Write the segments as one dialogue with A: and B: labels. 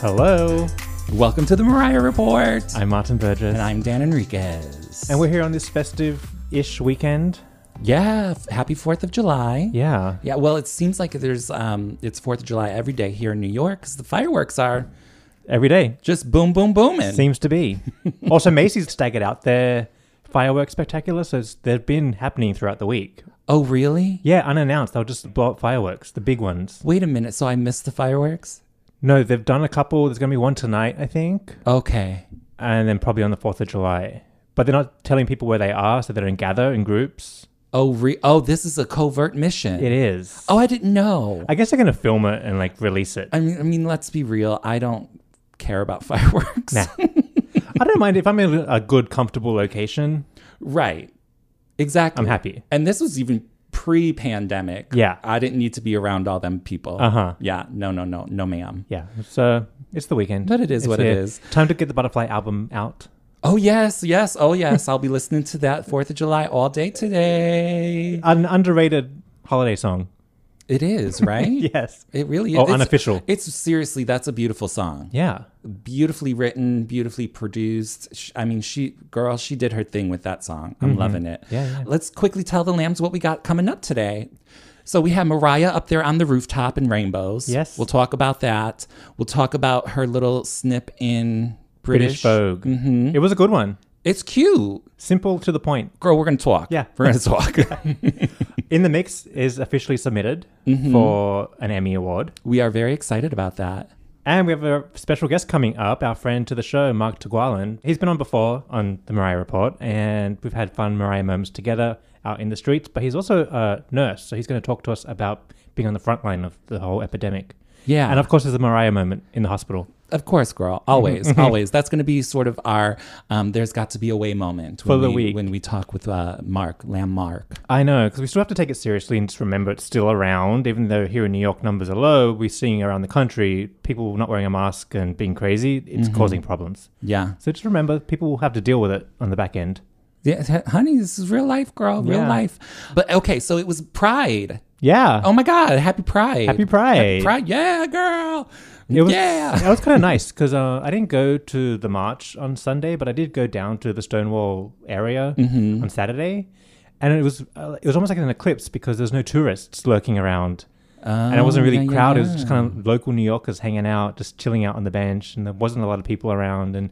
A: Hello,
B: Welcome to the Mariah Report.
A: I'm Martin Burgess,
B: And I'm Dan Enriquez.
A: and we're here on this festive-ish weekend.
B: yeah, f- happy 4th of July.
A: Yeah,
B: Yeah, well, it seems like there's, um, it's 4th of July every day here in New York because the fireworks are
A: every day
B: just boom, boom, booming.
A: seems to be. also, Macy's staggered out their fireworks spectacular, so it's, they've been happening throughout the week.
B: Oh, really?
A: Yeah, unannounced, they'll just blow up fireworks, the big ones.
B: Wait a minute. So I missed the fireworks?
A: No, they've done a couple. There's going to be one tonight, I think,
B: Okay.
A: and then probably on the Fourth of July. But they're not telling people where they are, so they don't gather in groups.
B: Oh, re- oh, this is a covert mission.
A: It is.
B: Oh, I didn't know.
A: I guess they're going to film it and like release it.
B: I mean, I mean, let's be real. I don't care about fireworks.
A: Nah. I don't mind if I'm in a good, comfortable location.
B: right. Exactly.
A: I'm happy.
B: And this was even pre-pandemic.
A: Yeah.
B: I didn't need to be around all them people.
A: Uh huh.
B: Yeah. No, no, no, no, ma'am.
A: Yeah. So it's the weekend.
B: But it is what it
A: here.
B: is.
A: Time to get the butterfly album out.
B: Oh yes, yes, oh yes. I'll be listening to that Fourth of July all day today.
A: An underrated holiday song.
B: It is right.
A: Yes.
B: It really is.
A: Oh,
B: It's-
A: unofficial.
B: It's seriously, that's a beautiful song.
A: Yeah.
B: Beautifully written, beautifully produced. Sh- I mean, she, girl, she did her thing with that song. I'm loving it.
A: Mm-hmm. Yeah, yeah.
B: Let's quickly tell the lambs what we got coming up today. So we have Mariah up there on the rooftop in rainbows.
A: Yes.
B: We'll talk about that. We'll talk about her little snip in
A: British
B: British. Mm-hmm.
A: Vogue. It was a good one.
B: it's cute.
A: Simple to the point.
B: Girl, we're going to talk.
A: Yeah.
B: We're going to talk.
A: In the Mix is officially submitted
B: Mm-hmm.
A: for an Emmy Award.
B: we are very excited about that.
A: And we have a special guest coming up, our friend to the show, Mark Tugwalan. He's been on before on The Mariah Report, and we've had fun Mariah moments together out in the streets. But he's also a nurse, so he's going to talk to us about being on the front line of the whole epidemic.
B: Yeah.
A: And of course, there's a Mariah moment in the hospital.
B: Of course, girl.
A: Mm-hmm.
B: Always, always. That's going to be sort of our um, "there's got to be a way" moment when
A: For the
B: we,
A: week.
B: when we talk with uh, Mark Lamb. Mark.
A: I know, because we still have to take it seriously and just remember it's still around. Even though here in New York numbers are low, we're seeing around the country people not wearing a mask and being crazy. It's
B: Mm-hmm.
A: causing problems.
B: Yeah,
A: So just remember, people will have to deal with it on the back end.
B: yeah, h- honey, this is real life, girl, real
A: Yeah.
B: life. But okay, so it was Pride.
A: Yeah.
B: Oh my God, Happy Pride!
A: Happy Pride.
B: Pride, yeah, girl.
A: It was,
B: yeah.
A: that was kind of nice because uh, I didn't go to the march on Sunday, but I did go down to the Stonewall area
B: Mm-hmm.
A: on Saturday, and it was uh, it was almost like an eclipse because there's no tourists lurking around, and it wasn't really
B: Oh, yeah, yeah,
A: crowded. It
B: yeah.
A: was just kind of local New Yorkers hanging out, just chilling out on the bench, and there wasn't a lot of people around and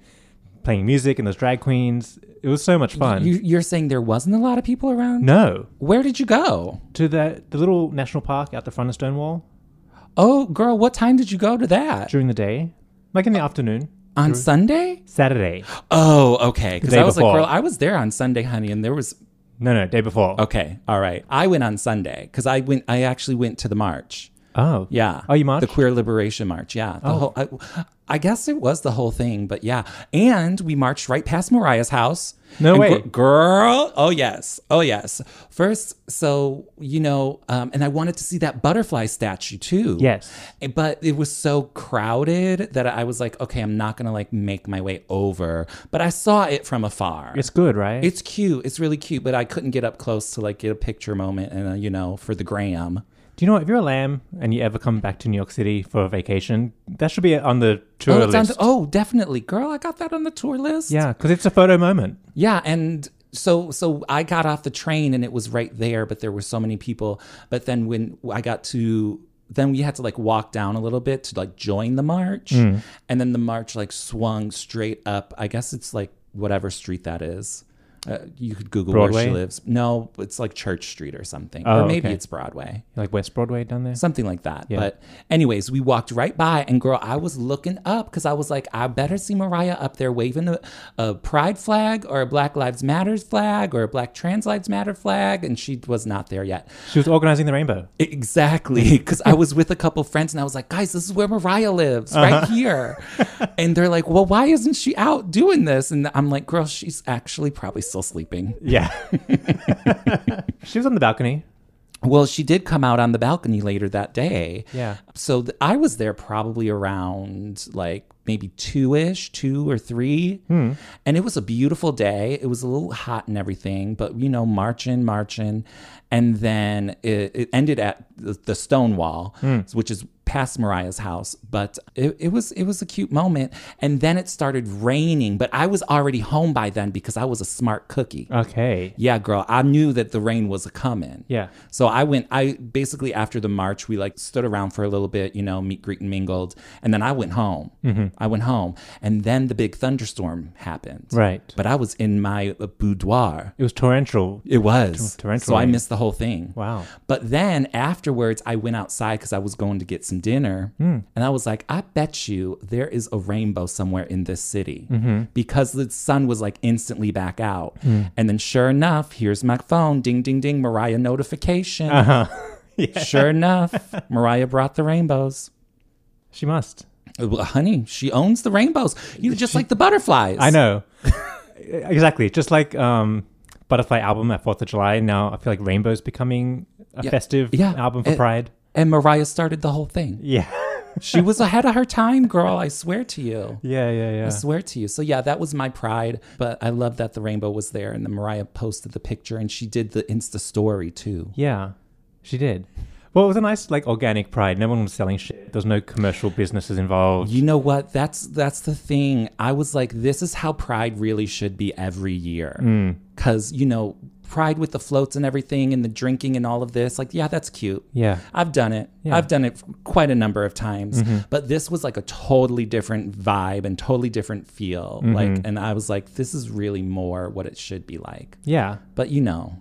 A: playing music and there's drag queens. It was so much fun.
B: You, you're saying there wasn't a lot of people around.
A: no,
B: Where did you go?
A: to the the little national park out the front of Stonewall
B: Oh, girl, what time did you go to that?
A: during the day, like in the afternoon,
B: On Sunday?
A: Saturday.
B: Oh, okay. Because
A: Day
B: I was
A: before.
B: like, girl, I was there on Sunday, honey, and there was
A: No, no, day before.
B: Okay, all right. I went on Sunday because I went. I actually went to the march.
A: Oh,
B: Yeah.
A: Oh, you marched? Oh.
B: The Queer Liberation March. Yeah. The whole. I, I guess it was the whole thing, but yeah. And we marched right past Mariah's house.
A: No
B: And
A: way.
B: gir- girl. Oh yes. Oh yes. First, so you know, um, and I wanted to see that butterfly statue too. Eh,
A: Yes.
B: But it was so crowded that I was like, okay, I'm not gonna like make my way over. But I saw it from afar.
A: It's good, right?
B: It's cute. It's really cute, but I couldn't get up close to like get a picture moment and uh, you know for the gram.
A: Do you know what? If you're a lamb and you ever come back to New York City for a vacation, that should be on the tour
B: Oh, it's on
A: list.
B: the- oh, definitely, girl. I got that on the tour list.
A: yeah, because it's a photo moment.
B: yeah, and so so I got off the train and it was right there, but there were so many people. But then when I got to then we had to like walk down a little bit to like join the march,
A: Mm.
B: and then the march like swung straight up. I guess it's like whatever street that is. Uh, you could Google where she
A: Broadway?
B: lives. No, it's like Church Street or something,
A: Oh,
B: or maybe
A: okay.
B: it's Broadway.
A: Like West Broadway down there.
B: something like that. But anyways, we walked right by, and girl, I was looking up because I was like, I better see Mariah up there waving a, a pride flag or a Black Lives Matters flag or a Black Trans Lives Matter flag, and she was not there yet.
A: She was organizing the rainbow.
B: Exactly, because I was with a couple friends, and I was like, guys, this is where Mariah lives, right here. and they're like, well, why isn't she out doing this? And I'm like, girl, she's actually probably still sleeping.
A: Yeah. she was on the balcony.
B: Well, she did come out on the balcony later that day.
A: Yeah.
B: So th- I was there probably around like maybe two ish, two or three. And it was a beautiful day. It was a little hot and everything, but you know, marching, marching. And then it, it ended at the, the stone wall, which is past Mariah's house, but it, it was it was a cute moment. And then it started raining, but I was already home by then because I was a smart cookie.
A: Uh. Okay.
B: Yeah, girl, I knew that the rain was a coming.
A: Yeah.
B: So I went, I basically, after the march, we like stood around for a little bit, you know, meet, greet, and mingled. And then I went home. I went home. And then the big thunderstorm happened.
A: Right.
B: But I was in my uh, boudoir.
A: It was torrential.
B: It was.
A: torrential
B: so I
A: rain.
B: missed the whole thing.
A: Wow.
B: But then afterwards, I went outside because I was going to get some dinner.
A: Hmm.
B: And I was like, I bet you there is a rainbow somewhere in this city
A: Mm-hmm.
B: because the sun was like instantly back out.
A: Hmm.
B: And then, sure enough, here's my phone ding, ding, ding, Mariah notification.
A: Uh-huh.
B: Sure enough, Mariah brought the rainbows.
A: She must.
B: Uh, well, Honey, she owns the rainbows. You just like the butterflies.
A: I know. exactly. Just like um, Butterfly album at Fourth of July. Now I feel like Rainbow's becoming a festive
B: Yeah.
A: album for
B: It-
A: Pride.
B: And Mariah started the whole thing.
A: Yeah.
B: She was ahead of her time, girl. I swear to you.
A: yeah. Yeah. Yeah.
B: I swear to you. So yeah, that was my pride. But I love that the rainbow was there, and the Mariah posted the picture, and she did the Insta story too.
A: Yeah. She did. Well, it was a nice, like, organic Pride. No one was selling shit. There was no commercial businesses involved.
B: You know what? That's that's the thing. I was like, this is how pride really should be every year,
A: Mm.
B: because you know, pride with the floats and everything, and the drinking and all of this. Like, yeah, that's cute.
A: Yeah. Mm-hmm.
B: I've done it. I've done it quite a number of times, but this was like a totally different vibe and totally different feel.
A: Mm-hmm.
B: Like, and I was like, this is really more what it should be like.
A: Yeah.
B: But you know,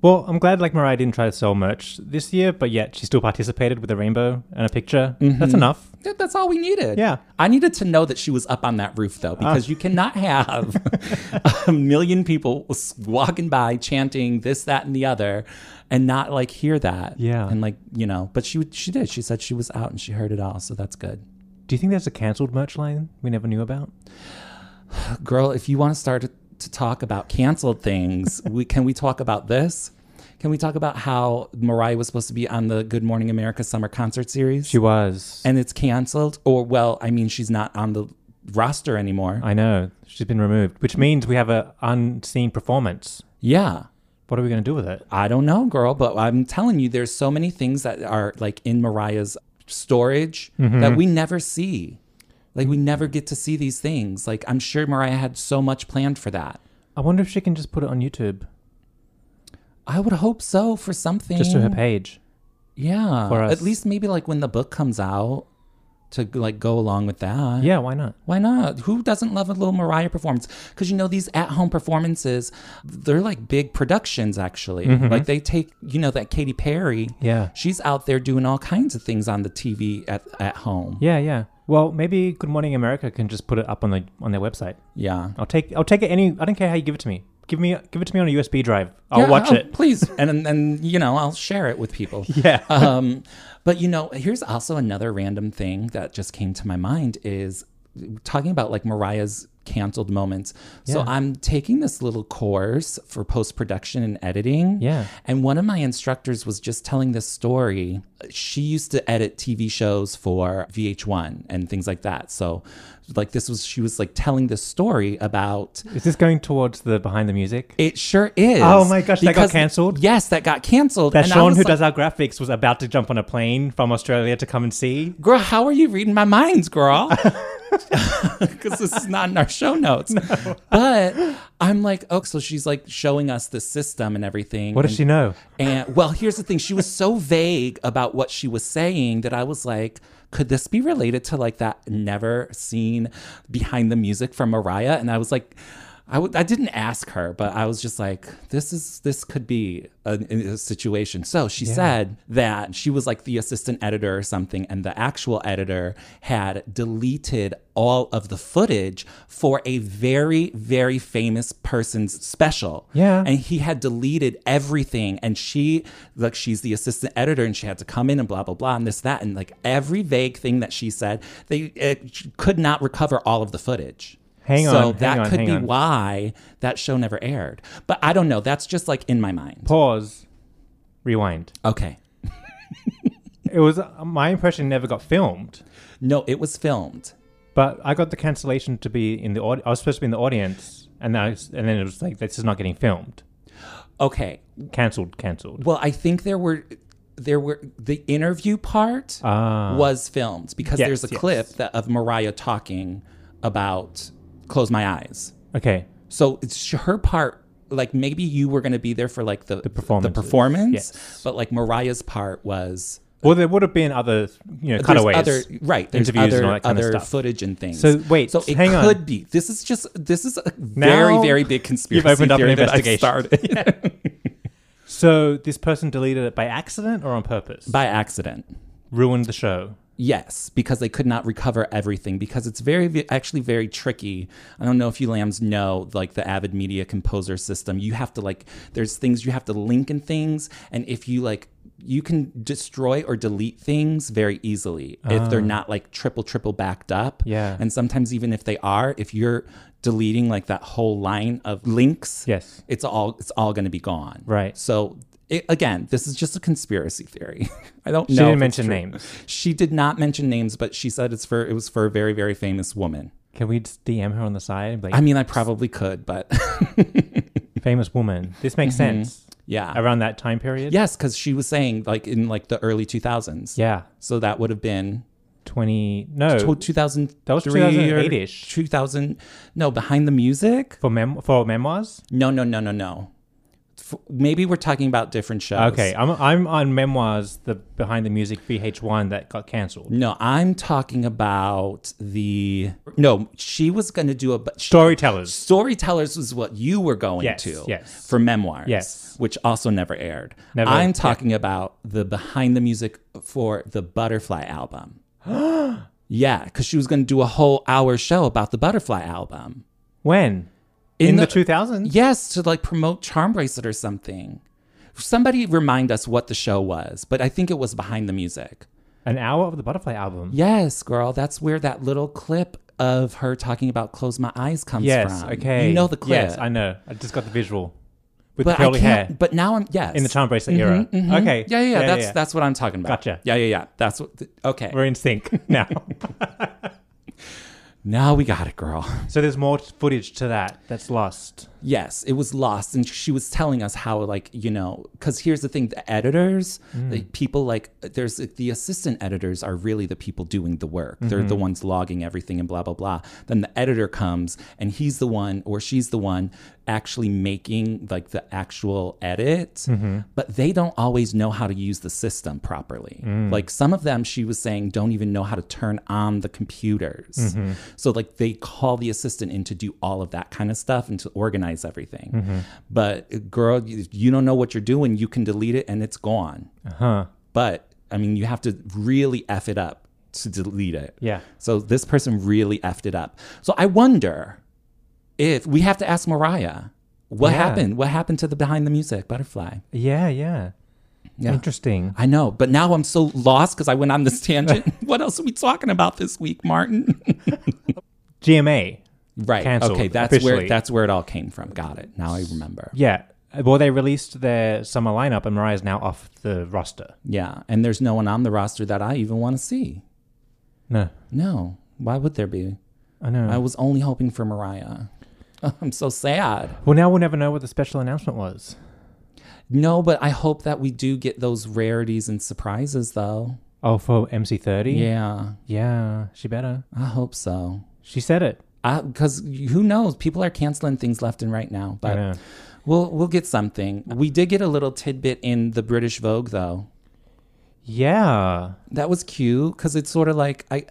A: Well, I'm glad like Mariah didn't try to sell merch this year, but yet she still participated with a rainbow and a picture. That's enough.
B: Yeah, that's all we needed.
A: Yeah. Ah.
B: I needed to know that she was up on that roof, though, because you cannot have a million people s- walking by chanting this, that, and the other and not like hear that.
A: Yeah.
B: And like, you know, but she, she did. She said she was out and she heard it all. So that's good.
A: Do you think there's a cancelled merch line we never knew about?
B: Uh, Girl, if you want to start to, to talk about canceled things, we, can we talk about this? Can we talk about how Mariah was supposed to be on the Good Morning America summer concert series?
A: She was.
B: and it's canceled? Or, well, I mean, she's not on the roster anymore.
A: I know. She's been removed, which means we have a unseen performance.
B: Yeah.
A: What are we going to do with it?
B: I don't know, girl, but I'm telling you, there's so many things that are like in Mariah's storage that
A: Mm-hmm.
B: we never see. Like, we never get to see these things. Like, I'm sure Mariah had so much planned for that.
A: I wonder if she can just put it on YouTube,
B: I would hope so for something.
A: just to her page.
B: Yeah.
A: for us.
B: At least maybe like when the book comes out to like go along with that.
A: Yeah, why not?
B: Why not? Who doesn't love a little Mariah performance? Because you know these at-home performances, they're like big productions. Actually, like they take you know that Katy Perry.
A: Mm-hmm. Yeah.
B: she's out there doing all kinds of things on the TV at at home.
A: Yeah, yeah. Well, maybe Good Morning America can just put it up on the on their website.
B: Yeah,
A: I'll take I'll take it any. I don't care how you give it to me. Give me give it to me on a USB drive. I'll watch
B: oh,
A: it.
B: please, and and- and you know I'll share it with people.
A: Yeah.
B: um, but you know, here's also another random thing that just came to my mind is talking about like Mariah's canceled moments. So I'm taking this little course for post production and editing.
A: Yeah.
B: And one of my instructors was just telling this story. She used to edit TV shows for VH1 and things like that. So like this was she was like telling this story about
A: Is this going towards the behind the music?
B: it sure is.
A: Oh my gosh, that got
B: Because-
A: canceled?
B: Yes, that got canceled.
A: That
B: And I
A: Sean,
B: was
A: who
B: like,
A: does our graphics, was about to jump on a plane from Australia to come and see.
B: girl, how are you reading my minds, girl? Because this is not in our show notes. But I'm like, oh, so she's like showing us the system and everything.
A: What does she know?
B: And well, here's the thing. She was so vague about what she was saying that I was like, could this be related to like that never seen behind the music from Mariah? And I was like, I w- I didn't ask her, but I was just like, this is this could be a, a situation. So she said that she was like the assistant editor or something, and the actual editor had deleted all of the footage for a very very famous person's special.
A: Yeah.
B: And he had deleted everything. And she, like, she's the assistant editor and she had to come in and blah, blah, blah, and this, that. And like every vague thing that she said, they it could not recover all of the footage.
A: Hang on,
B: So
A: hang
B: that
A: on,
B: could
A: hang
B: be
A: on.
B: why that show never aired. But I don't know. That's just like in my mind.
A: Pause. Rewind.
B: Okay.
A: It was my impression uh, never got filmed,
B: No, it was filmed.
A: But I got the cancellation to be in the aud- I was supposed to be in the audience, and I was, and then it was like this is not getting filmed.
B: Okay.
A: Cancelled, cancelled.
B: Well, I think there were there were the interview part
A: Ah.
B: was filmed because
A: Yes,
B: there's a
A: yes.
B: clip that, of Mariah talking about close my eyes.
A: Okay.
B: So it's sh- her part. Like maybe you were going to be there for like the the,
A: performances,
B: performance,
A: yes.
B: but like Mariah's part was
A: Well, there would have been other you know
B: there's
A: cutaways.
B: other right there's
A: interviews and
B: other
A: all that kinda
B: other
A: stuff.
B: footage and things.
A: So, wait,
B: so it
A: hang on.
B: could be. This is just this is a
A: Now
B: very very big conspiracy
A: opened up an
B: theory that I
A: investigation.
B: started
A: So this person deleted it by accident or on purpose?
B: by accident.
A: Ruined the show.
B: Yes, because they could not recover everything because it's very ve- actually very tricky. I don't know if you lambs know like the Avid Media Composer system. You have to like there's things you have to link in things and if you like you can destroy or delete things very easily if they're not like triple triple backed up.
A: Ah. Yeah.
B: And sometimes even if they are, if you're deleting like that whole line of links,
A: Yes.
B: it's all it's all going to be gone.
A: Right.
B: So it, again, this is just a conspiracy theory. I don't
A: She
B: know. if
A: didn't
B: it's
A: mention
B: true.
A: names.
B: She did not mention names, but she said it's for it was for a very very famous woman.
A: Can we just DM her on the side? and be Like,
B: I mean, I probably could, but
A: famous woman. This makes sense.
B: Mm-hmm. yeah,
A: Around that time period?
B: yes, because she was saying like in like the early two thousands.
A: Yeah.
B: So that would have been
A: 20. No.
B: two thousand.
A: That was 2008-ish.
B: Two thousand. No, behind the music.
A: for, mem- for memoirs?
B: No, no, no, no, no. F- maybe we're talking about different shows.
A: Okay. I'm, I'm on memoirs, the behind the music VH1 that got cancelled.
B: No, I'm talking about the no. She was going to do a but she-
A: Storytellers.
B: Storytellers was what you were going
A: Yes,
B: to
A: yes.
B: for memoirs,
A: Yes.
B: which also never aired.
A: Never-
B: I'm talking about the behind the music for the Butterfly album. yeah, because she was going to do a whole hour show about the Butterfly album.
A: When? In, the, 2000s?
B: Yes, to like promote Charm Bracelet or something. Somebody remind us what the show was, but I think it was behind the music.
A: An hour of the Butterfly album.
B: Yes, girl, that's where that little clip of her talking about close my eyes comes
A: Yes.
B: from.
A: Okay.
B: You know the clip.
A: Yes, I know. I just got the visual. With
B: but I
A: curly
B: can't,
A: hair.
B: But now I'm yes.
A: In the Charm Bracelet era. Okay.
B: Yeah, yeah, yeah. that's that's what I'm talking about.
A: Gotcha.
B: Yeah, yeah, yeah. That's what. th- okay.
A: We're in sync now.
B: now we got it, girl.
A: so there's more footage to that that's lost.
B: Yes, it was lost, and she was telling us how, like, you know, because here's the thing: the editors,
A: Mm.
B: the people, like, there's the assistant editors are really the people doing the work. They're
A: Mm-hmm.
B: the ones logging everything and blah blah blah. Then the editor comes, and he's the one or she's the one actually making like the actual edit, but they don't always know how to use the system properly. Like some of them, she was saying, don't even know how to turn on the computers. So like they call the assistant in to do all of that kind of stuff and to organize everything. But girl, you, you don't know what you're doing. You can delete it and it's gone.
A: Huh.
B: But I mean, you have to really f it up to delete it.
A: Yeah.
B: So this person really effed it up. So I wonder if we have to ask Mariah what
A: Yeah.
B: happened. What happened to the behind the music butterfly?
A: Yeah, yeah.
B: Yeah.
A: Interesting.
B: I know, but now I'm so lost because I went on this tangent. what else are we talking about this week, Martin?
A: GMA.
B: right.
A: Canceled,
B: okay, that's
A: officially.
B: where that's where it all came from. Got it. Now I remember.
A: Yeah. uh, Well, they released their summer lineup, and Mariah's now off the roster.
B: Yeah, and there's no one on the roster that I even want to see.
A: No,
B: No, why would there be?
A: I know.
B: I was only hoping for Mariah. I'm so sad.
A: well, now we'll never know what the special announcement was.
B: No, but I hope that we do get those rarities and surprises, though.
A: Oh, for MC30?
B: Yeah,
A: Yeah, she better.
B: I hope so.
A: She said it.
B: Because who knows? People are canceling things left and right now.
A: I
B: But
A: know.
B: We'll we'll get something. We did get a little tidbit in the British Vogue though.
A: Yeah.
B: That was cute because it's sort of like I,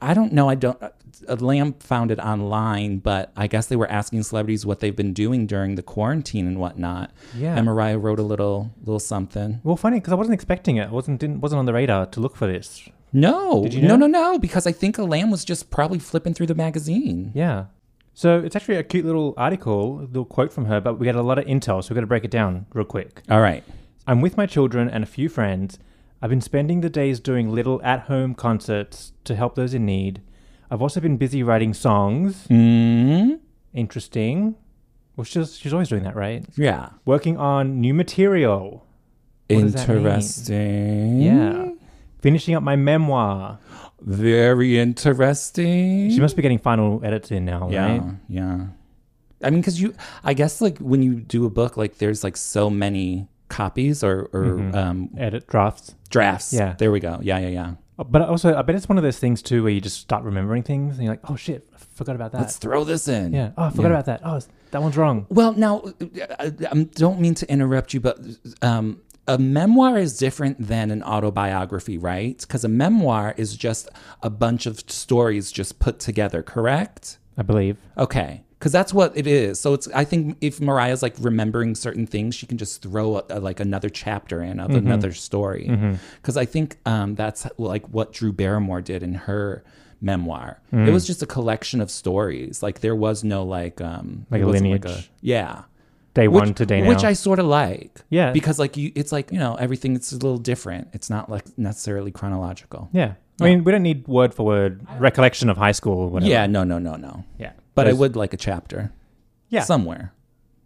B: I don't know. I don't. A lamb found it online, but I guess they were asking celebrities what they've been doing during the quarantine and whatnot.
A: Yeah.
B: And Mariah wrote a little little something.
A: Well, funny, because I wasn't expecting it. I wasn't, didn't, wasn't on the radar to look for this.
B: No,
A: you
B: no,
A: know?
B: no, no. Because I think a lamb was just probably flipping through the magazine.
A: Yeah. So it's actually a cute little article, a little quote from her, but we got a lot of intel, so we've got to break it down real quick.
B: All right.
A: I'm with my children and a few friends. I've been spending the days doing little at home concerts to help those in need. I've also been busy writing songs.
B: Mm,
A: Interesting. Well, she's, she's always doing that, right?
B: yeah.
A: Working on new material. What does that mean? Mm.
B: Interesting.
A: Yeah. finishing up my memoir.
B: Very interesting.
A: She must be getting final edits in now,
B: yeah,
A: right?
B: yeah. I mean, because you, I guess, like when you do a book, like there's like so many copies or or um,
A: Edit drafts.
B: drafts.
A: Yeah.
B: there we go. Yeah, Uh, yeah, yeah.
A: But also, I bet it's one of those things too where you just start remembering things and you're like, oh shit, I forgot about that.
B: Let's throw this in.
A: yeah. Oh, I forgot about that. Oh, that one's wrong.
B: Well, now, I I don't mean to interrupt you, but um, a memoir is different than an autobiography, right? Because a memoir is just a bunch of stories just put together, correct?
A: I believe.
B: Okay. Because that's what it is. So it's. I think if Mariah's like remembering certain things, she can just throw a, a- like another chapter in of
A: Mm-hmm.
B: another story. Because I think um, that's like what Drew Barrymore did in her memoir.
A: Mm.
B: It was just a collection of stories. Like there was no like um
A: Like
B: it
A: a
B: wasn't
A: lineage.
B: yeah.
A: Day
B: Which,
A: one to day now.
B: which I sort of like.
A: Yeah.
B: Because like you, it's like you know everything. It's a little different. It's not like necessarily chronological.
A: yeah. I mean, we don't need word for word recollection of high school or whatever.
B: Yeah. No. No. No. No.
A: Yeah.
B: But I
A: Those-
B: would like a chapter.
A: Yeah.
B: Somewhere.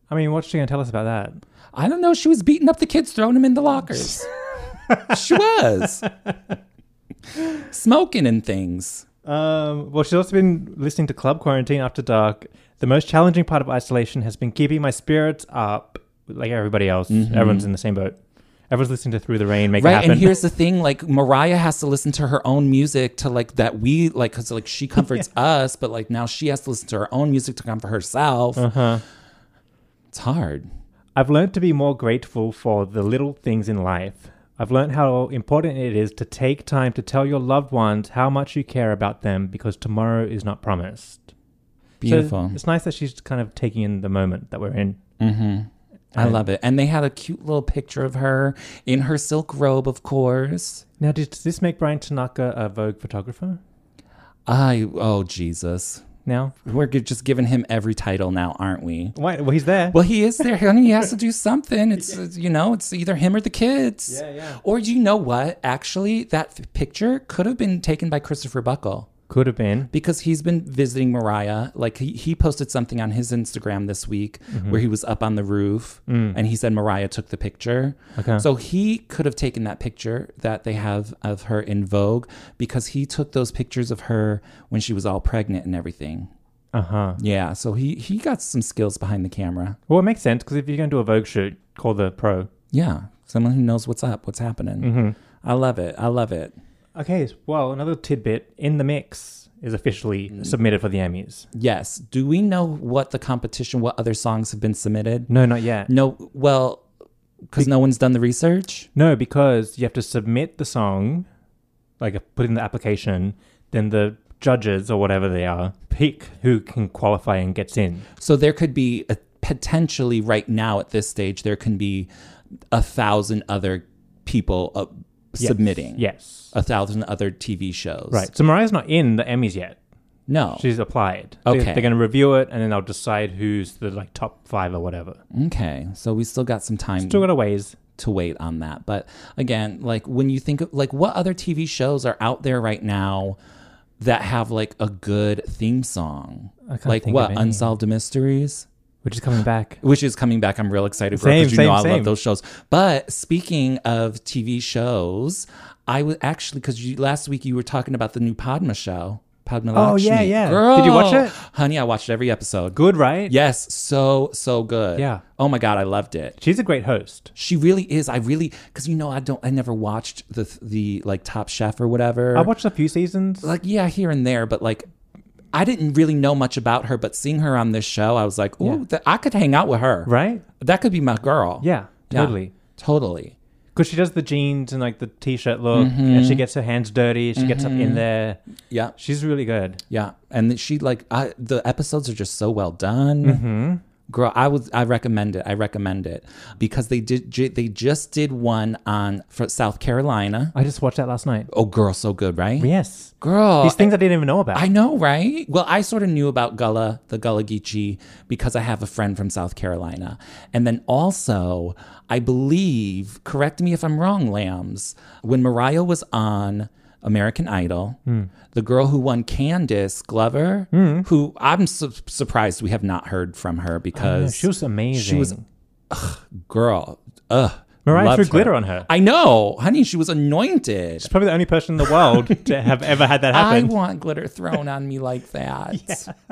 A: I mean, what's she going to tell us about that?
B: I don't know. She was beating up the kids, throwing them in the lockers. she was smoking and things.
A: Um, well, she's also been listening to Club Quarantine After Dark. The most challenging part of isolation has been keeping my spirits up, like everybody else. Everyone's in the same boat. Everyone's listening to Through the Rain, Make It
B: Mm-hmm. Right,
A: Happen.
B: and here's the thing: like Mariah has to listen to her own music to like that we like because like she comforts us, but like now she has to listen to her own music to comfort herself. Uh-huh. It's hard.
A: I've learned to be more grateful for the little things in life. I've learned how important it is to take time to tell your loved ones how much you care about them because tomorrow is not promised. So
B: Beautiful.
A: it's nice that she's kind of taking in the moment that we're in.
B: I love it. And they had a cute little picture of her in her silk robe, of course.
A: Now, did this make Brian Tanaka a Vogue photographer
B: I oh Jesus.
A: now?
B: We're gi- just giving him every title now, aren't we?
A: Why? Well, he's there.
B: Well, he is there, honey. He has to do something. It's uh, you know, it's either him or the kids.
A: Yeah, yeah.
B: Or you know what? Actually, that f- picture could have been taken by Christopher Buckle
A: Could have been.
B: because he's been visiting Mariah. Like he, he posted something on his Instagram this week
A: Mm-hmm.
B: where he was up on the roof
A: Mm.
B: and he said Mariah took the picture.
A: Okay.
B: So he could have taken that picture that they have of her in Vogue because he took those pictures of her when she was all pregnant and everything.
A: Uh huh.
B: Yeah, so he he got some skills behind the camera.
A: Well, it makes sense because if you're going to do a Vogue shoot, call the pro.
B: Yeah, someone who knows what's up, what's happening.
A: Mm-hmm.
B: I love it. I love it.
A: Okay. Well, another tidbit in the mix is officially submitted for the Emmys.
B: Yes. Do we know what the competition? What other songs have been submitted?
A: No, not yet.
B: No. Well, because no one's done the research.
A: No, because you have to submit the song, like uh, put in the application, then the judges or whatever they are pick who can qualify and gets in.
B: So there could be a, potentially right now at this stage there can be a thousand other people uh, submitting.
A: Yes.
B: A thousand other TV shows.
A: Right. So Mariah's not in the Emmys yet.
B: No.
A: She's applied. They-
B: Okay.
A: They're, going to review it and then they'll decide who's the like top five or whatever.
B: Mm. okay. So we still got some time.
A: Still got a ways.
B: to wait on that. But again, like when you think of like what other TV shows are out there right now that have like a good theme song?
A: can't
B: Like
A: think
B: what?
A: of any.
B: Unsolved Mysteries?
A: Which is coming back.
B: Which is coming back. I'm real excited for
A: Same,
B: because you
A: same,
B: know I
A: same.
B: love those shows. But speaking of TV shows, I was actually because you last week you were talking about the new Padma show. Padma
A: Oh, yeah,
B: Lakshmi.
A: yeah.
B: Girl,
A: Did you watch it?
B: honey? I watched every episode.
A: Good, right?
B: Yes, so so good.
A: Yeah.
B: Oh my god, I loved it.
A: She's a great host.
B: She really is. I really because you know I don't. I never watched the the like Top Chef or whatever.
A: I watched a few seasons.
B: like yeah here and there, but like I didn't really know much about her. But seeing her on this show, I was like, oh, I could hang out with her.
A: Right?
B: That could be my girl.
A: Yeah,
B: Yeah.
A: totally.
B: totally.
A: Because she does the jeans and like the t-shirt look, and
B: Mm-hmm.
A: she gets her hands dirty. She gets up in there.
B: Yeah,
A: She's really good.
B: yeah. And she like I, the episodes are just so well done.
A: Mm-hmm.
B: Girl, I would I recommend it. I recommend it because they did ju- they just did one on for South Carolina.
A: I just watched that last night.
B: Oh, girl, so good, right?
A: Yes,
B: Girl,
A: these things I didn't even know about.
B: I know, right? Well, I sort of knew about Gullah, the Gullah Geechee, because I have a friend from South Carolina. And then also, I believe, correct me if I'm wrong, Lambs, when Mariah was on American Idol,
A: Hmm.
B: the girl who won Candace Glover, who I'm su- surprised we have not heard from her
A: Oh, Yeah,
B: because
A: she was amazing.
B: girl, ugh,
A: Mariah
B: Loved
A: threw
B: her.
A: glitter on her.
B: I know, honey. She was anointed.
A: She's probably the only person in the world to have ever had that
B: I
A: happen.
B: want glitter thrown on me like that.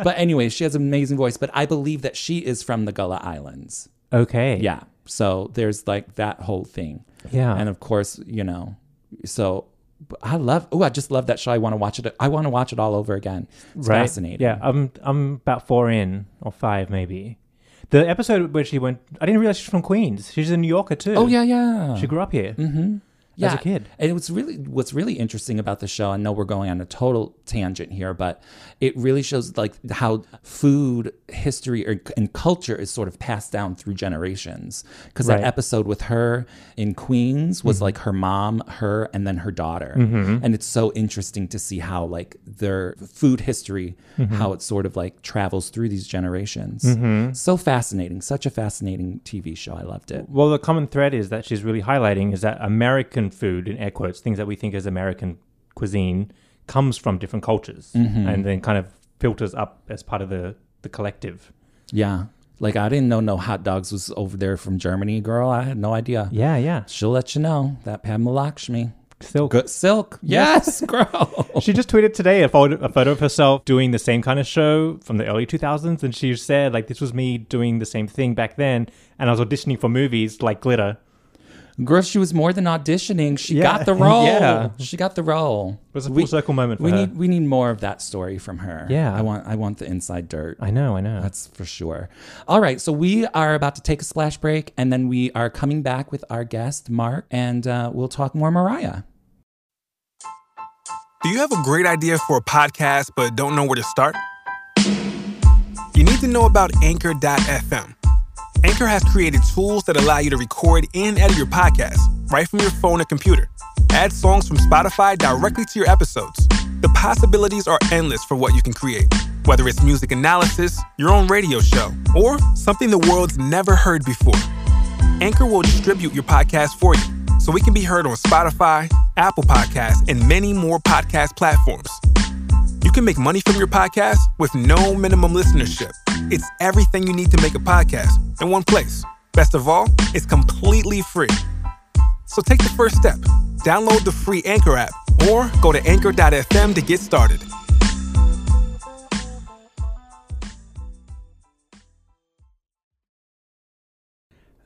B: But anyway, she has an amazing voice. But I believe that she is from the Gullah Islands.
A: okay.
B: Yeah. So there's like that whole thing.
A: Yeah.
B: And of course, you know, so but I love. Oh, I just love that show. I want to watch it. I want to watch it all over again. It's
A: right?
B: fascinating.
A: Yeah, I'm I'm about four in or five maybe. The episode where she went, I didn't realize she's from Queens. She's a New Yorker too.
B: Oh yeah, Mm-hmm. yeah.
A: she grew up here.
B: yeah.
A: a kid.
B: And what's really what's really interesting about the show, I know we're going on a total tangent here, but it really shows like how food history or, and culture is sort of passed down through generations. Because
A: Right. Mm-hmm.
B: that episode with her in Queens was like her mom, her, and then her daughter, and it's so interesting to see how like their food history,
A: Mm-hmm.
B: how it sort of like travels through these generations. So fascinating, such a fascinating TV show. I loved it.
A: Well, the common thread is that she's really highlighting is that American food, in air quotes, things that we think as American cuisine, comes from different cultures
B: Mm-hmm.
A: and then kind of filters up as part of the, the collective.
B: Yeah. Like I didn't know no hot dogs was over there from Germany, girl. I had no idea.
A: Yeah, yeah.
B: She'll let you know that Pamela Lakshmi.
A: Still,
B: Good silk. Yes, girl.
A: She just tweeted today a photo, a photo of herself doing the same kind of show from the early 2000s, and she said, like, this was me doing the same thing back then, and I was auditioning for movies like Glitter.
B: girl, she was more than auditioning. She
A: Yeah.
B: got the role.
A: Yeah.
B: She got the role.
A: It was a full
B: We-
A: circle moment for
B: we
A: her.
B: need we need more of that story from her.
A: Yeah.
B: I want I want the inside dirt.
A: I know, I know.
B: That's for sure. All right, so we are about to take a splash break, and then we are coming back with our guest Mark, and uh, we'll talk more Mariah.
C: Do you have a great idea for a podcast but don't know where to start? You need to know about Anchor.fm. Anchor has created tools that allow you to record and edit your podcast right from your phone or computer. Add songs from Spotify directly to your episodes. The possibilities are endless for what you can create, whether it's music analysis, your own radio show, or something the world's never heard before. Anchor will distribute your podcast for you so it can be heard on Spotify, Apple Podcasts, and many more podcast platforms. You can make money from your podcast with no minimum listenership. It's everything you need to make a podcast in one place. Best of all, it's completely free. So take the first step. Download the free Anchor app or go to anchor.fm to get started.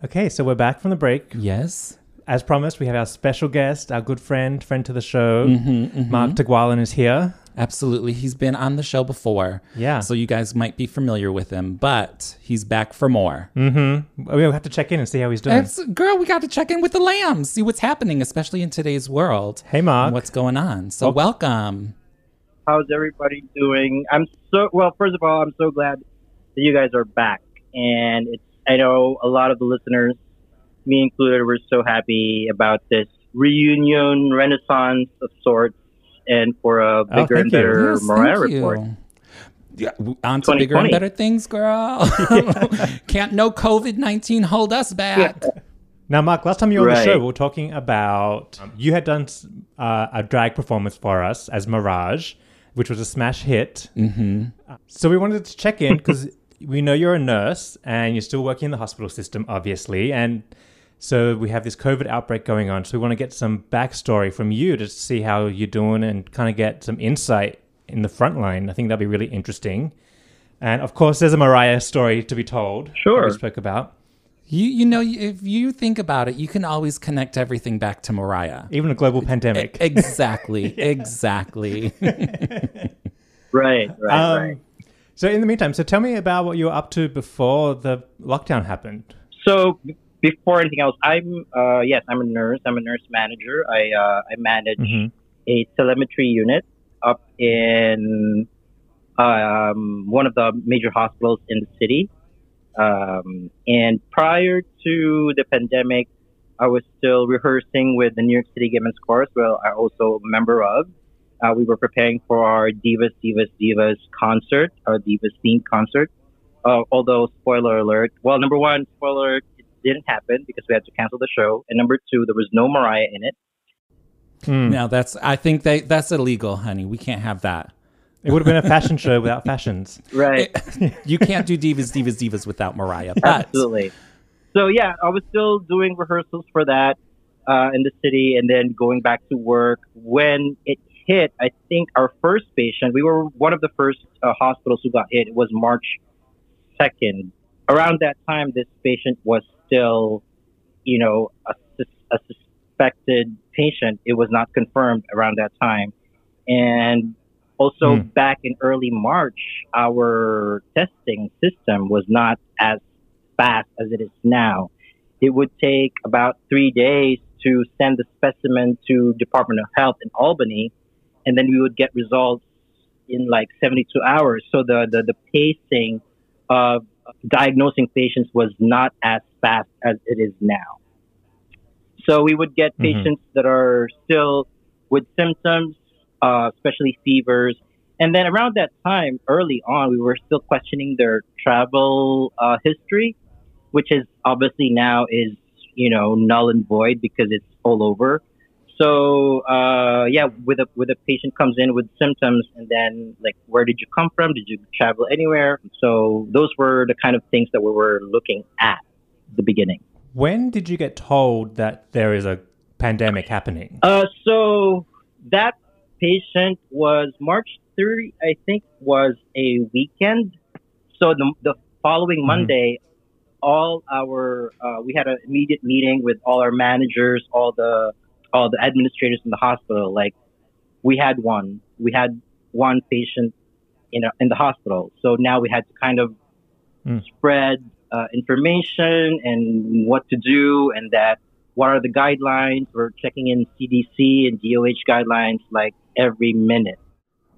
A: Okay, so we're back from the break.
B: Yes.
A: As promised, we have our special guest, our good friend, friend to the show,
B: Mm-hmm,
A: Mark Tegualan is here.
B: Absolutely. He's been on the show before.
A: Yeah.
B: So you guys might be familiar with him, but he's back for more.
A: Mm. We'll have to check in and see how he's doing.
B: That's, girl, we got to check in with the lambs, see what's happening, especially in today's world.
A: hey, Oh. Mark.
B: and What's going on? So welcome.
D: How's everybody doing? I'm so well. First of all, I'm so glad that you guys are back, and it's. I know a lot of the listeners, me included, were so happy about this reunion, renaissance of sorts, and for a bigger
A: Oh, thank you.
D: and better
B: Yes,
D: Mariah
B: thank you.
D: report.
B: Yeah, w- on to bigger
D: 2020.
B: and better things, girl. Can't no COVID 19 hold us back.
A: Now, Mark, last time you were on the
D: Right.
A: show, we were talking about um, you had done s- uh, a drag performance for us as Mirage, which was a smash hit. Mm-hmm. So we wanted to check in because we know you're a nurse and you're still working in the hospital system, obviously. And so we have this COVID outbreak going on. So we want to get some backstory from you to see how you're doing and kind of get some insight in the front line. I think that'd be really interesting. And of course, there's a Mariah story to be told. that
D: Sure.
A: we spoke about.
B: You, you know, if you think about it, you can always connect everything back to Mariah.
A: Even a global
B: e-,
A: pandemic.
B: Exactly. Exactly.
D: Right, right,
A: Um,
D: right.
A: So in the meantime, so tell me about what you were up to before the lockdown happened.
D: So b- before anything else, I'm uh, yes, I'm a nurse. I'm a nurse manager. I uh, I manage a telemetry unit up in um, one of the major hospitals in the city. Um, and prior to the pandemic, I was still rehearsing with the New York City Women's Chorus, where I'm also a member of. Uh, we were preparing for our Divas, Divas, Divas concert, our Divas themed concert. Uh, although, spoiler alert. Well, number one, spoiler alert, it didn't happen because we had to cancel the show. And number two, there was no Mariah in it.
A: Hmm.
B: Now that's I think they that's illegal, honey. We can't have that.
A: It would have been a fashion show without fashions.
D: Right.
B: You can't do divas, divas, divas without Mariah. But
D: Absolutely. So yeah, I was still doing rehearsals for that uh, in the city, and then going back to work. When it hit, I think our first patient, we were one of the first uh, hospitals who got hit. It was March second. Around that time, this patient was still, you know, a, sus- a suspected patient. It was not confirmed around that time, and also
A: Hmm.
D: back in early March, our testing system was not as fast as it is now. It would take about three days to send the specimen to Department of Health in Albany, and then we would get results in like 72 hours. So the, the, the pacing of diagnosing patients was not as fast as it is now. So we would get
A: Mhm.
D: patients that are still with symptoms, uh, especially fevers. And then around that time, early on, we were still questioning their travel uh, history, which is obviously now is, you know, null and void because it's all over. So uh, yeah, with a with a patient comes in with symptoms, and then like, where did you come from? Did you travel anywhere? So those were the kind of things that we were looking at the beginning.
A: When did you get told that there is a pandemic happening?
D: Uh, so that patient was March 30, I think, was a weekend. So the, the following Monday, all our uh, we had an immediate meeting with all our managers, all the all the administrators in the hospital. Like we had one, we had one patient in a, in the hospital. So now we had to kind of
A: Mm.
D: spread uh, information and what to do, and that what are the guidelines? We're checking in CDC and DOH guidelines like every minute.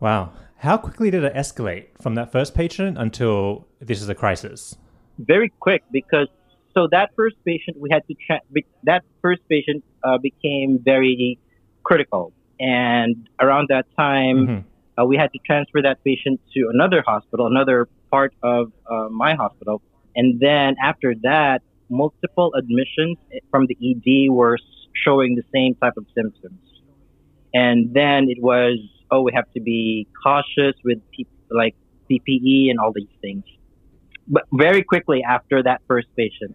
A: Wow. How quickly did it escalate from that first patient until this is a crisis?
D: Very quick because so that first patient we had to tra- be- that first patient uh, became very critical, and around that time
A: Mhm.
D: uh, we had to transfer that patient to another hospital, another part of uh, my hospital, and then after that, multiple admissions from the ED were s- showing the same type of symptoms. and then it was oh we have to be cautious with P- like PPE and all these things. But very quickly after that first patient,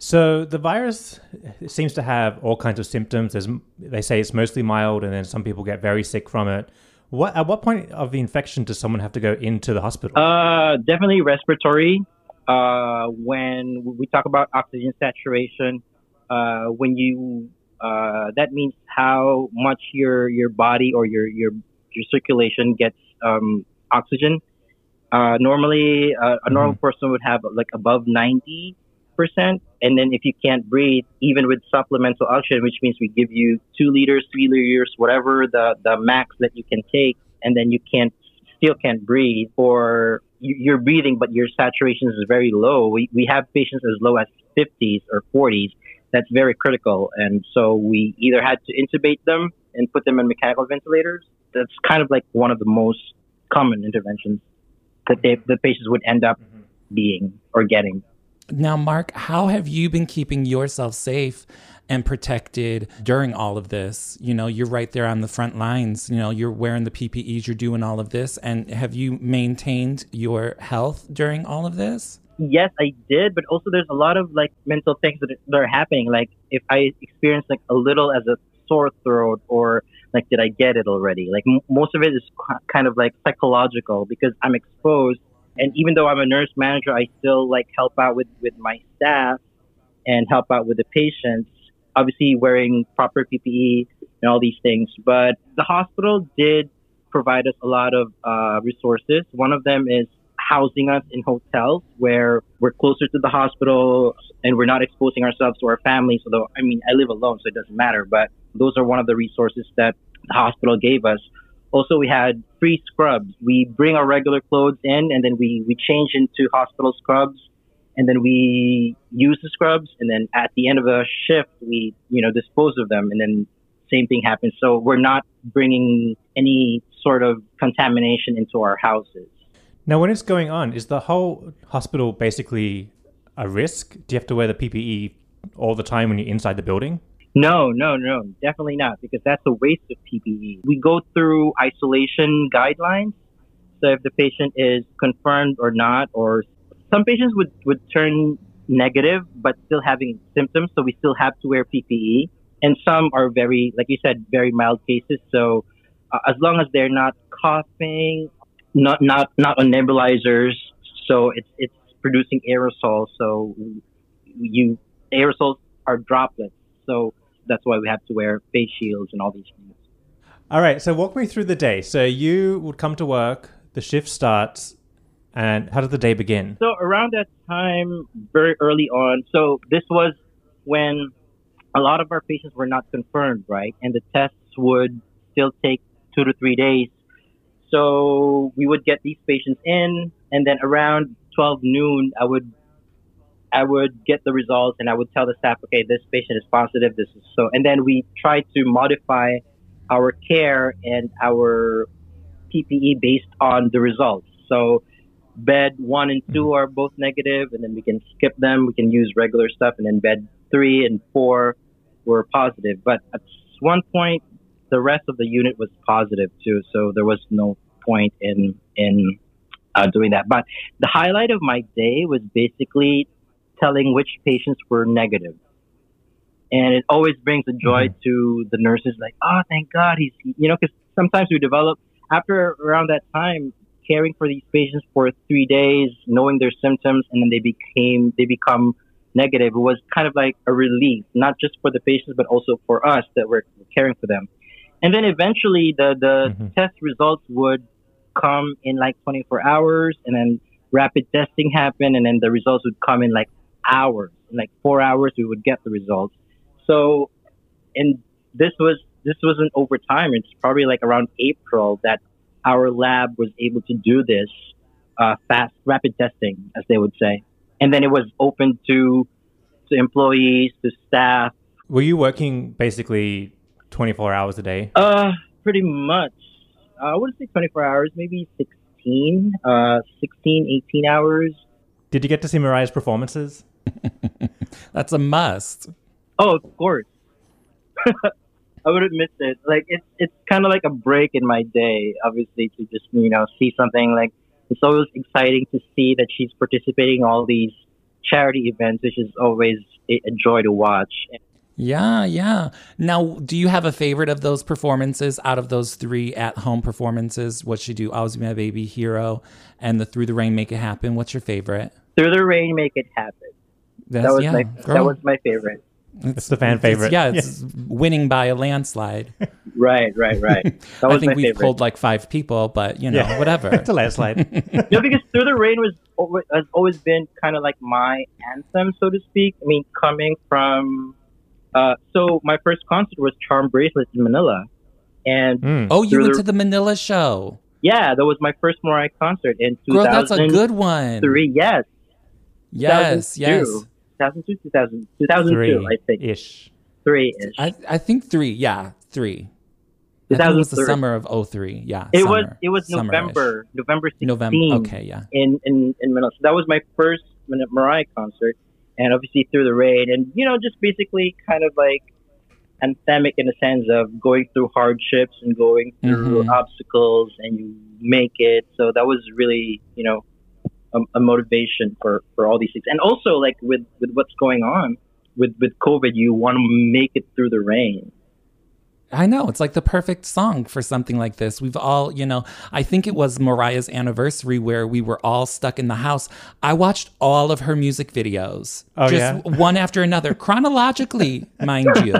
A: So the virus seems to have all kinds of symptoms. There's, they say it's mostly mild, and then some people get very sick from it. What at what point of the infection does someone have to go into the hospital?
D: uh, definitely respiratory. Uh, when we talk about oxygen saturation, uh, when you uh, that means how much your your body or your your your circulation gets um, oxygen. Uh, normally, uh, a normal person would have like above ninety percent, and then if you can't breathe, even with supplemental oxygen, which means we give you two liters, three liters, whatever the the max that you can take, and then you can't still can't breathe, or you- you're breathing but your saturation is very low. We we have patients as low as fifties or forties that's very critical. And so we either had to intubate them and put them in mechanical ventilators. That's kind of like one of the most common interventions that they, the patients would end up being or getting.
B: Now, Mark, how have you been keeping yourself safe and protected during all of this? You know, you're right there on the front lines. You know, you're wearing the PPEs, you're doing all of this. And have you maintained your health during all of this?
D: yes, I did, but also there's a lot of like mental things that are, that are happening. Like if I experience like a little as a sore throat or like did I get it already? Like m- most of it is ki- kind of like psychological because I'm exposed, and even though I'm a nurse manager, I still like help out with with my staff and help out with the patients. Obviously, wearing proper PPE and all these things, but the hospital did provide us a lot of uh, resources. One of them is housing us in hotels where we're closer to the hospital and we're not exposing ourselves to our families. Although, I mean, I live alone, so it doesn't matter, but those are one of the resources that the hospital gave us. Also, we had free scrubs. We bring our regular clothes in and then we, we change into hospital scrubs and then we use the scrubs and then at the end of a shift, we, you know, dispose of them and then same thing happens. So we're not bringing any sort of contamination into our houses.
A: Now, when it's going on, is the whole hospital basically a risk? Do you have to wear the PPE all the time when you're inside the building?
D: No, no, no, definitely not, because that's a waste of PPE. We go through isolation guidelines. So if the patient is confirmed or not, or some patients would, would turn negative but still having symptoms, so we still have to wear PPE. And some are very, like you said, very mild cases. So uh, as long as they're not coughing, not not not on nebulizers, so it's it's producing aerosols. So you aerosols are droplets. So that's why we have to wear face shields and all these things.
A: All right. So walk me through the day. So you would come to work. The shift starts, and how did the day begin?
D: So around that time, very early on. So this was when a lot of our patients were not confirmed, right? And the tests would still take two to three days. So we would get these patients in, and then around 12 noon, I would I would get the results and I would tell the staff, okay, this patient is positive, this is so. And then we try to modify our care and our PPE based on the results. So bed one and 2 are both negative, and then we can skip them. We can use regular stuff, and then bed three and four were positive. But at one point, the rest of the unit was positive too, so there was no point in in uh, doing that. But the highlight of my day was basically telling which patients were negative. And it always brings a joy to the nurses, like, oh, thank God he's, you know, because sometimes we develop, after around that time, caring for these patients for three days, knowing their symptoms, and then they became, they become negative. It was kind of like a relief, not just for the patients, but also for us that we're caring for them. And then eventually the, the
A: Mhm.
D: test results would come in like 24 hours, and then rapid testing happened, and then the results would come in like hours. In like four hours, we would get the results. So, and this was this wasn't over time. It's probably like around April that our lab was able to do this uh, fast, rapid testing, as they would say, and then it was open to to employees, to staff,
A: Were you working basically 24 hours a day?
D: Uh, pretty much. Uh, I wouldn't say 24 hours, maybe 16, uh, 16, 18 hours.
A: Did you get to see Mariah's performances?
B: That's a must.
D: Oh, of course. I wouldn't miss it. Like it's it's kind of like a break in my day, obviously, to just you know see something. Like it's always exciting to see that she's participating in all these charity events, which is always a, a joy to watch.
B: Yeah, yeah. Now, do you have a favorite of those performances out of those three at home performances? What she do? Always be my baby hero and the Through the Rain Make It Happen. What's your favorite?
D: Through the rain, make it happen.
B: That's,
D: That was
B: yeah,
D: my that
B: girl.
D: was my favorite.
A: It's the fan favorite.
B: It's, yeah, it's winning by a landslide.
D: Right, right, right. That
B: I
D: was
B: think
D: my
B: we've
D: favorite.
B: pulled like five people, but you know,
A: Yeah.
B: whatever.
A: it's a landslide.
D: no, because Through the Rain was alwa- has always been kind of like my anthem, so to speak. I mean, coming from, uh, so my first concert was Charm Bracelet in Manila, and
A: Mm.
B: Oh, you
D: Through
B: went
D: the-
B: to the Manila show.
D: yeah, that was my first Mariah concert in
B: Girl,
D: 2003.
B: that's a good one.
D: Yes,
B: Yes,
D: 2002.
B: yes.
D: 2002, 2000, 2002, I think
A: ish.
D: three ish.
B: I, I think three. Yeah, three. I think it was
D: 2003.
B: the summer of 03. Yeah.
D: It
B: summer,
D: was it was
B: Summer-ish.
D: November, November 16.
B: November. Okay, yeah.
D: in in in Manila. So that was my first Mar- Mariah concert, and obviously through the rain, and you know, just basically kind of like anthemic in the sense of going through hardships and going through
B: Mhm.
D: obstacles, and you make it. So that was really you know a, a motivation for for all these things, and also like with with what's going on with with COVID, you want to make it through the rain.
B: I know. It's like the perfect song for something like this. We've all, you know, I think it was Mariah's anniversary where we were all stuck in the house. I watched all of her music videos,
A: Oh,
B: just
A: yeah?
B: one after another, chronologically, mind you.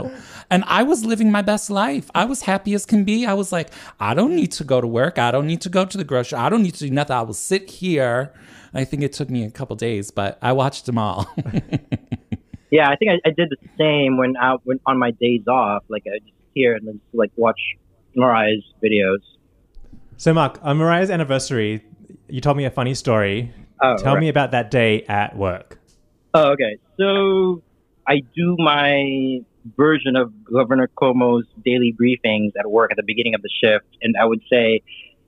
B: And I was living my best life. I was happy as can be. I was like, I don't need to go to work. I don't need to go to the grocery. I don't need to do nothing. I will sit here. I think it took me a couple days, but I watched them all.
D: Yeah, I think I, I did the same when I when on my days off. Like I just hear and then just like watch Mariah's videos.
A: So, Mark, on Mariah's anniversary, you told me a funny story.
D: Oh,
A: Tell
D: right.
A: me about that day at work.
D: Oh, okay. So I do my version of Governor Cuomo's daily briefings at work at the beginning of the shift, and I would say,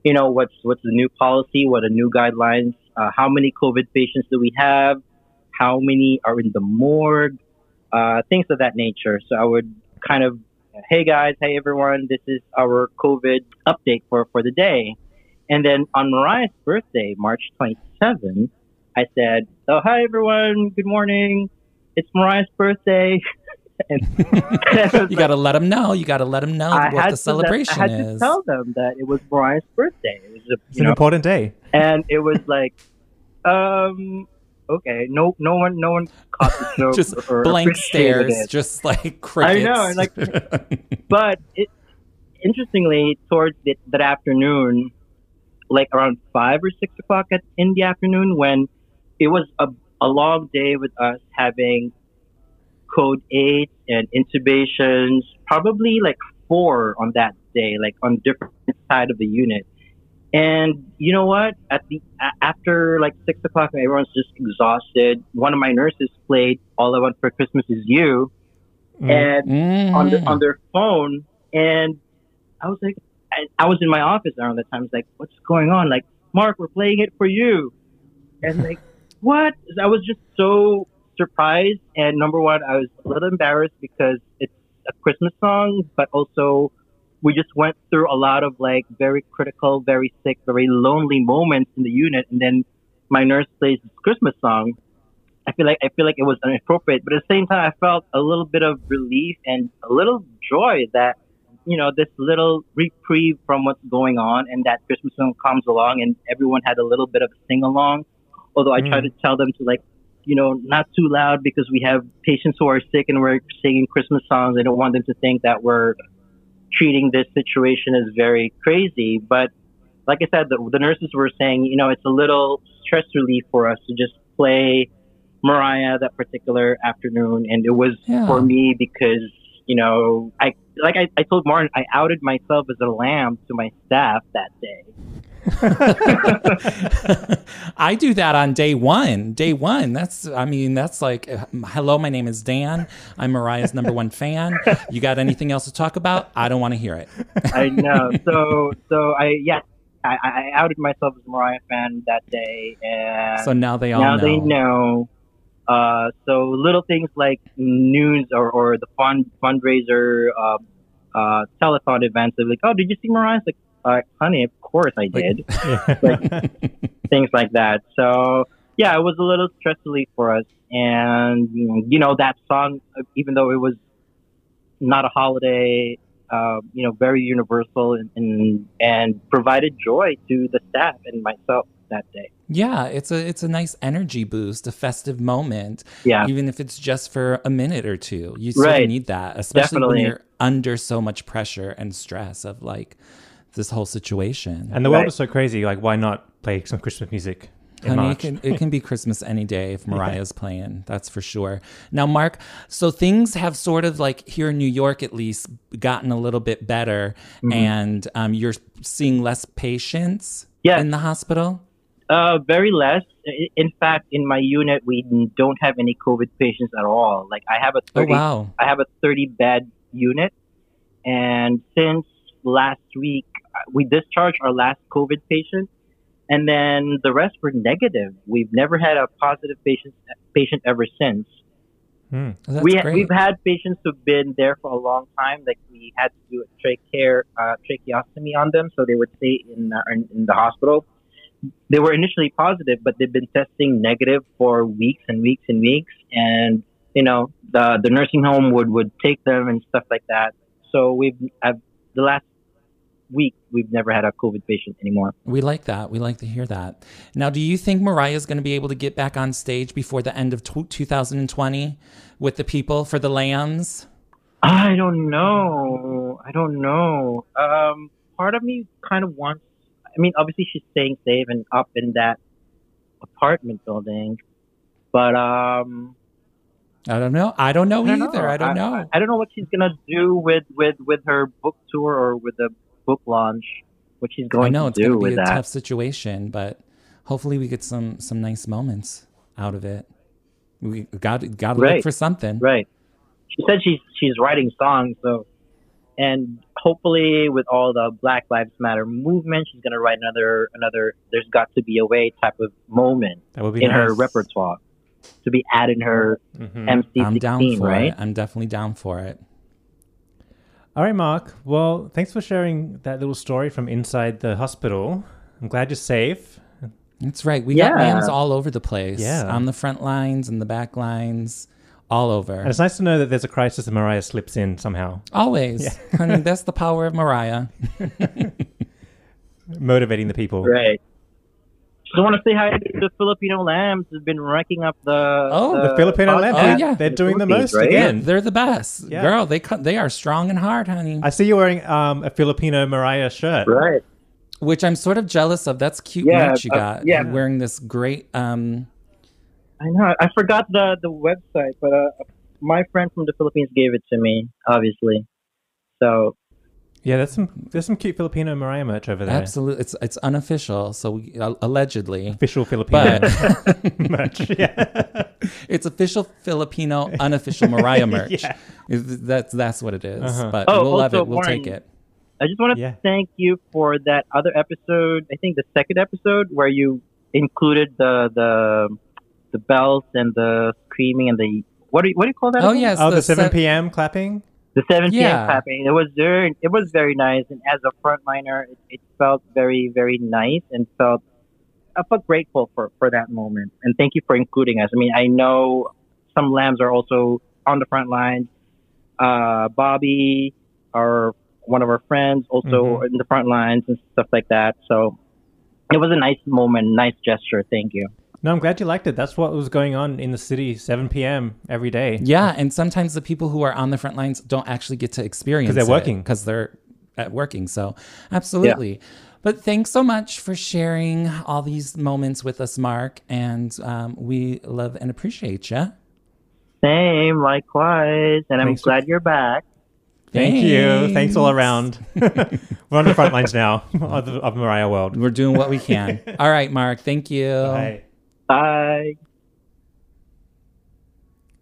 D: you know, what's what's the new policy? What are new guidelines? Uh, how many COVID patients do we have? How many are in the morgue? Uh, things of that nature. So I would kind of, hey guys, hey everyone, this is our COVID update for for the day. And then on Mariah's birthday, March 27, I said, "So hi everyone, good morning. It's Mariah's birthday." and
B: You got to let them know. You got to let them know
D: I
B: what
D: had
B: the
D: to let-
B: celebration
D: I had to
B: is.
D: tell them that it was Brian's birthday. It was a,
A: It's
D: you
A: an
D: know,
A: important day.
D: and it was like, um, okay, no, no one, no one caught the joke
B: Just
D: or
B: blank
D: appreciated
B: stares,
D: it.
B: just like
D: I
B: crickets.
D: know, and like, but it, interestingly, towards the, that afternoon, like around five or six o'clock at, in the afternoon, when it was a, a long day with us having code eight and intubations, probably like four on that day, like on different side of the unit. And you know what? At the a- after like six o'clock, and everyone's just exhausted. One of my nurses played "All I Want for Christmas Is You,"
A: Mm.
D: and on, the, on their phone. And I was like, I, I was in my office around that time. I was like, what's going on? Like, Mark, we're playing it for you. And like, what? I was just so surprised. And number one, I was a little embarrassed because it's a Christmas song, but also we just went through a lot of like very critical, very sick, very lonely moments in the unit. And then my nurse plays this Christmas song. I feel like I feel like it was inappropriate, but at the same time, I felt a little bit of relief and a little joy that you know this little reprieve from what's going on, and that Christmas song comes along, and everyone had a little bit of a sing along. Although I try to tell them to like, you know, not too loud because we have patients who are sick and we're singing Christmas songs. I don't want them to think that we're treating this situation as very crazy, but like I said, the, the nurses were saying, you know, it's a little stress relief for us to just play Mariah that particular afternoon, and it was
B: Yeah.
D: for me because you know, I like I, I told Martin, I outed myself as a lamb to my staff that day.
B: I do that on day one. Day one. That's, I mean, that's like, uh, hello, my name is Dan. I'm Mariah's number one fan. You got anything else to talk about? I don't want to hear it.
D: I know. So so I yes, I, I I outed myself as a Mariah fan that day, and
B: So now they all
D: now
B: know.
D: they know. Uh, so little things like news or, or the fund fundraiser uh, uh, telethon events. They're like, oh, did you see Mariah's? Like, uh, honey, of course I did. things like that. So yeah, it was a little stressful for us. And you know that song, even though it was not a holiday, uh, you know, very universal and, and and provided joy to the staff and myself that day.
B: Yeah, it's a it's a nice energy boost, a festive moment.
D: Yeah.
B: even if it's just for a minute or two, you still
D: Right.
B: need that, especially
D: Definitely.
B: when you're under so much pressure and stress of like this whole situation.
A: And the world
D: Right.
A: is so crazy. Like, why not play some Christmas music in
B: Honey, it
A: March?
B: can, it can be Christmas any day if Mariah's playing. That's for sure. Now, Mark, so things have sort of like here in New York, at least, gotten a little bit better,
D: Mm-hmm.
B: and um, you're seeing less patients
D: Yes.
B: in the hospital. Oh,
D: Uh, very less. I- In fact, in my unit, we don't have any COVID patients at all. Like I have a
B: Oh
D: 30,
B: wow!
D: I have a 30 bed unit, and since last week uh, we discharged our last COVID patient, and then the rest were negative. We've never had a positive patient patient ever since.
A: Mm.
B: That's
D: we
B: great.
D: we've had patients who've been there for a long time. Like we had to do a trachea uh, tracheostomy on them, so they would stay in, uh, in in the hospital. They were initially positive, but they've been testing negative for weeks and weeks and weeks, and you know the the nursing home would would take them and stuff like that. So we've I've, the last week we've never had a COVID patient anymore.
B: We like that. We like to hear that. Now, do you think Mariah's going to be able to get back on stage before the end of tw 2020 with the people for the lambs?
D: I don't know. I don't know. Um, part of me kind of wants. I mean, obviously she's staying safe and up in that apartment building, but um,
B: I don't know. I don't know
D: I don't
B: either.
D: know.
B: I don't know.
D: I, don't know what she's gonna do with with with her book tour or with the book launch. What she's
B: I
D: going
B: know
D: to
B: it's
D: do
B: going to be
D: with
B: a
D: that?
B: tough situation, but hopefully we get some some nice moments out of it. We got got to look
D: Right.
B: for something.
D: Right. She said she's she's writing songs, so and hopefully with all the Black Lives Matter movement, she's gonna write another another there's got to be a way type of moment
A: That would be
D: in her
A: nice.
D: repertoire to be added in her
B: Mm-hmm.
A: Mhm.
D: MC
B: I'm down
D: sixteen,
B: for
D: right?
B: it. I'm definitely down for it.
A: All right, Mark. Well, thanks for sharing that little story from inside the hospital. I'm glad you're safe.
B: That's right. We got
D: Yeah.
B: names all over the place.
A: Yeah.
B: On the front lines and the back lines, all over.
A: And it's nice to know that there's a crisis and Mariah slips in somehow,
B: Always. Honey, that's the power of Mariah.
A: motivating the people.
D: Right. Just want to say hi to the Filipino lambs who've been racking up the
B: Oh, the
A: The Filipino
D: podcast.
A: lab,
B: oh,
A: they're-
B: yeah.
A: they're
D: The
A: doing the
D: Philippines,
A: most
D: right?
A: again.
B: They're the best.
A: Yeah.
B: Girl, they co- they are strong and hard, honey.
A: I see you're wearing um, a Filipino Mariah shirt.
D: Right.
B: Which I'm sort of jealous of. That's cute
D: Yeah,
B: merch you
D: uh,
B: got.
D: yeah.
B: Wearing this great um
D: I know. I forgot the the website, but uh, my friend from the Philippines gave it to me, obviously. So
A: Yeah, there's some there's some cute Filipino Mariah merch over there.
B: absolute it's it's unofficial, so we, uh, allegedly.
A: Official Filipino
B: But
A: merch. Yeah.
B: it's official Filipino unofficial Mariah merch.
A: Yeah.
B: Is- That's that's what it is.
A: Uh-huh.
B: But
D: Oh,
B: we'll love
D: also
B: it. We'll
D: Warren-
B: take it.
D: I just want to
A: Yeah.
D: thank you for that other episode. I think the second episode where you included the the the bells and the screaming and the what do you, what do you call that?
B: Oh yes.
D: again?
A: oh, the, 7
B: se-
A: p.m. clapping?
D: the seven p.m.
B: Yeah.
D: clapping. It was very it was very nice, and as a frontliner, it, it felt very very nice and felt I felt grateful for for that moment. And thank you for including us. I mean, I know some lambs are also on the front lines. Uh, Bobby, our one of our friends, also in the front lines and stuff like that. So it was a nice moment, nice gesture. Thank you.
A: No, I'm glad you liked it. That's what was going on in the city, 7 p.m. every day.
B: Yeah, and sometimes the people who are on the front lines don't actually get to experience
A: 'Cause they're working.
B: because they're at working. So absolutely. But thanks so much for sharing all these moments with us, Mark, and um, we love and appreciate you.
D: Same, likewise, and I'm
A: Thanks for-
D: glad you're back.
A: Thank you. Thanks all around. We're on the front lines now of, the, of Mariah World.
B: We're doing what we can. all right, Mark. Thank you.
A: Hey.
D: Bye.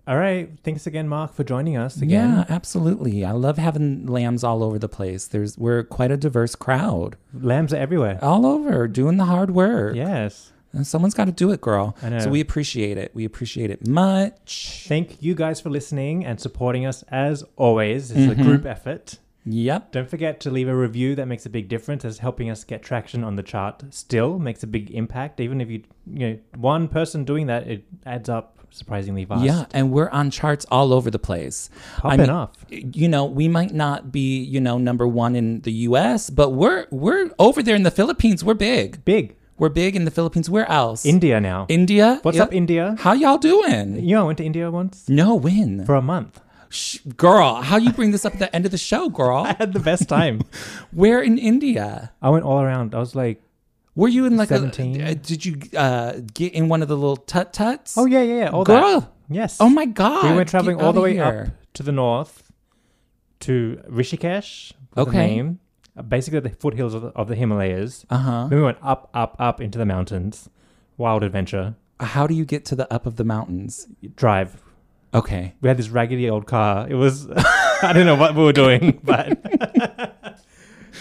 A: All right. Thanks again, Mark, for joining us again.
B: Yeah, absolutely. I love having lambs all over the place. There's we're quite a diverse crowd,
A: Lambs are everywhere.
B: all over doing the hard work.
A: Yes.
B: And someone's got to do it, girl.
A: I know.
B: So we appreciate it. We appreciate it much.
A: Thank you guys for listening and supporting us as always. It's
B: Mm-hmm.
A: a group effort.
B: Yep.
A: Don't forget to leave a review that makes a big difference. It's helping us get traction on the chart still, makes a big impact. Even if you, you know, one person doing that, it adds up surprisingly fast.
B: Yeah, and we're on charts all over the place. I
A: Popping
B: mean,
A: off.
B: you know, we might not be, you know, number 1 in the US, but we're we're over there in the Philippines. We're big.
A: Big.
B: We're big in the Philippines. Where else?
A: India now.
B: India?
A: What's
B: Yep.
A: up, India?
B: How y'all doing?
A: You know, I went to India once
B: No win.
A: for a month.
B: Shh, girl, how you bring this up at the end of the show, girl?
A: I had the best time.
B: Where in India?
A: I went all around. I was like,
B: Were you in like
A: 17.
B: a uh, did you uh get in one of the little tut tuts?
A: oh yeah, yeah, yeah, all
B: Girl.
A: that. Yes.
B: Oh my god.
A: We were traveling
B: Get
A: all
B: outta
A: the way
B: here.
A: up to the north to Rishikesh. With
B: Okay.
A: The name, uh, basically the foothills of the, of the Himalayas.
B: Uh-huh.
A: Then we went up, up, up into the mountains. Wild adventure.
B: How do you get to the up of the mountains?
A: Drive.
B: Okay.
A: We had this raggedy old car. It was I don't know what we were doing, but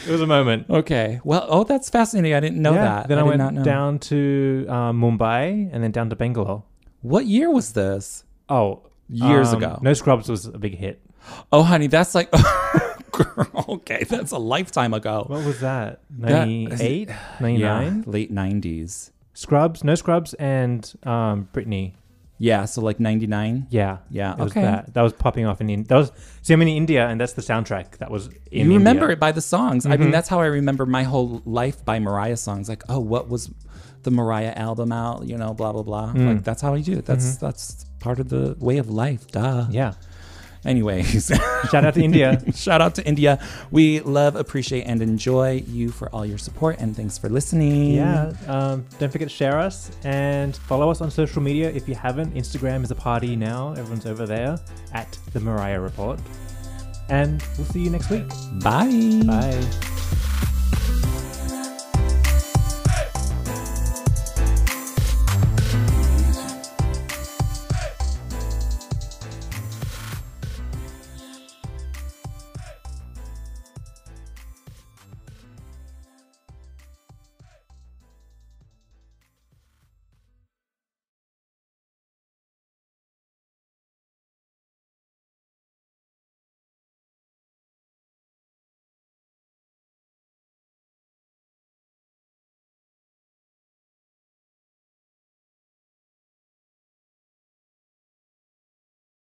A: it was a moment.
B: Okay. Well, oh, that's fascinating. I didn't know that.
A: Then I,
B: did
A: went
B: not know.
A: down to uh, Mumbai and then down to Bangalore.
B: What year was this?
A: Oh,
B: Years ago.
A: No Scrubs was a big hit.
B: Oh, honey, that's like, girl, okay, that's a lifetime ago.
A: What was that?
B: That-
A: 98?
B: Yeah,
A: 99?
B: late nineties.
A: Scrubs, No Scrubs, and um, Britney.
B: Yeah, so like ninety nine.
A: Yeah.
B: Yeah,
A: It was
B: okay.
A: that. that was popping off in India. That was, see, I'm in India, and that's the soundtrack that was in
B: You remember
A: India.
B: it by the songs. I
A: Mm-hmm.
B: mean, that's how I remember my whole life by Mariah songs. Like, oh, what was the Mariah album out? You know, blah blah blah.
A: Mm.
B: Like that's how I do it. That's
A: Mm-hmm.
B: that's part of the way of life. Duh.
A: Yeah.
B: Anyways.
A: Shout out to India.
B: Shout out to India. We love, appreciate, and enjoy you for all your support and thanks for listening.
A: Yeah. Um, don't forget to share us and follow us on social media if you haven't. Instagram is a party now. Everyone's over there at The Mariah Report. And we'll see you next week.
B: Bye.
A: Bye.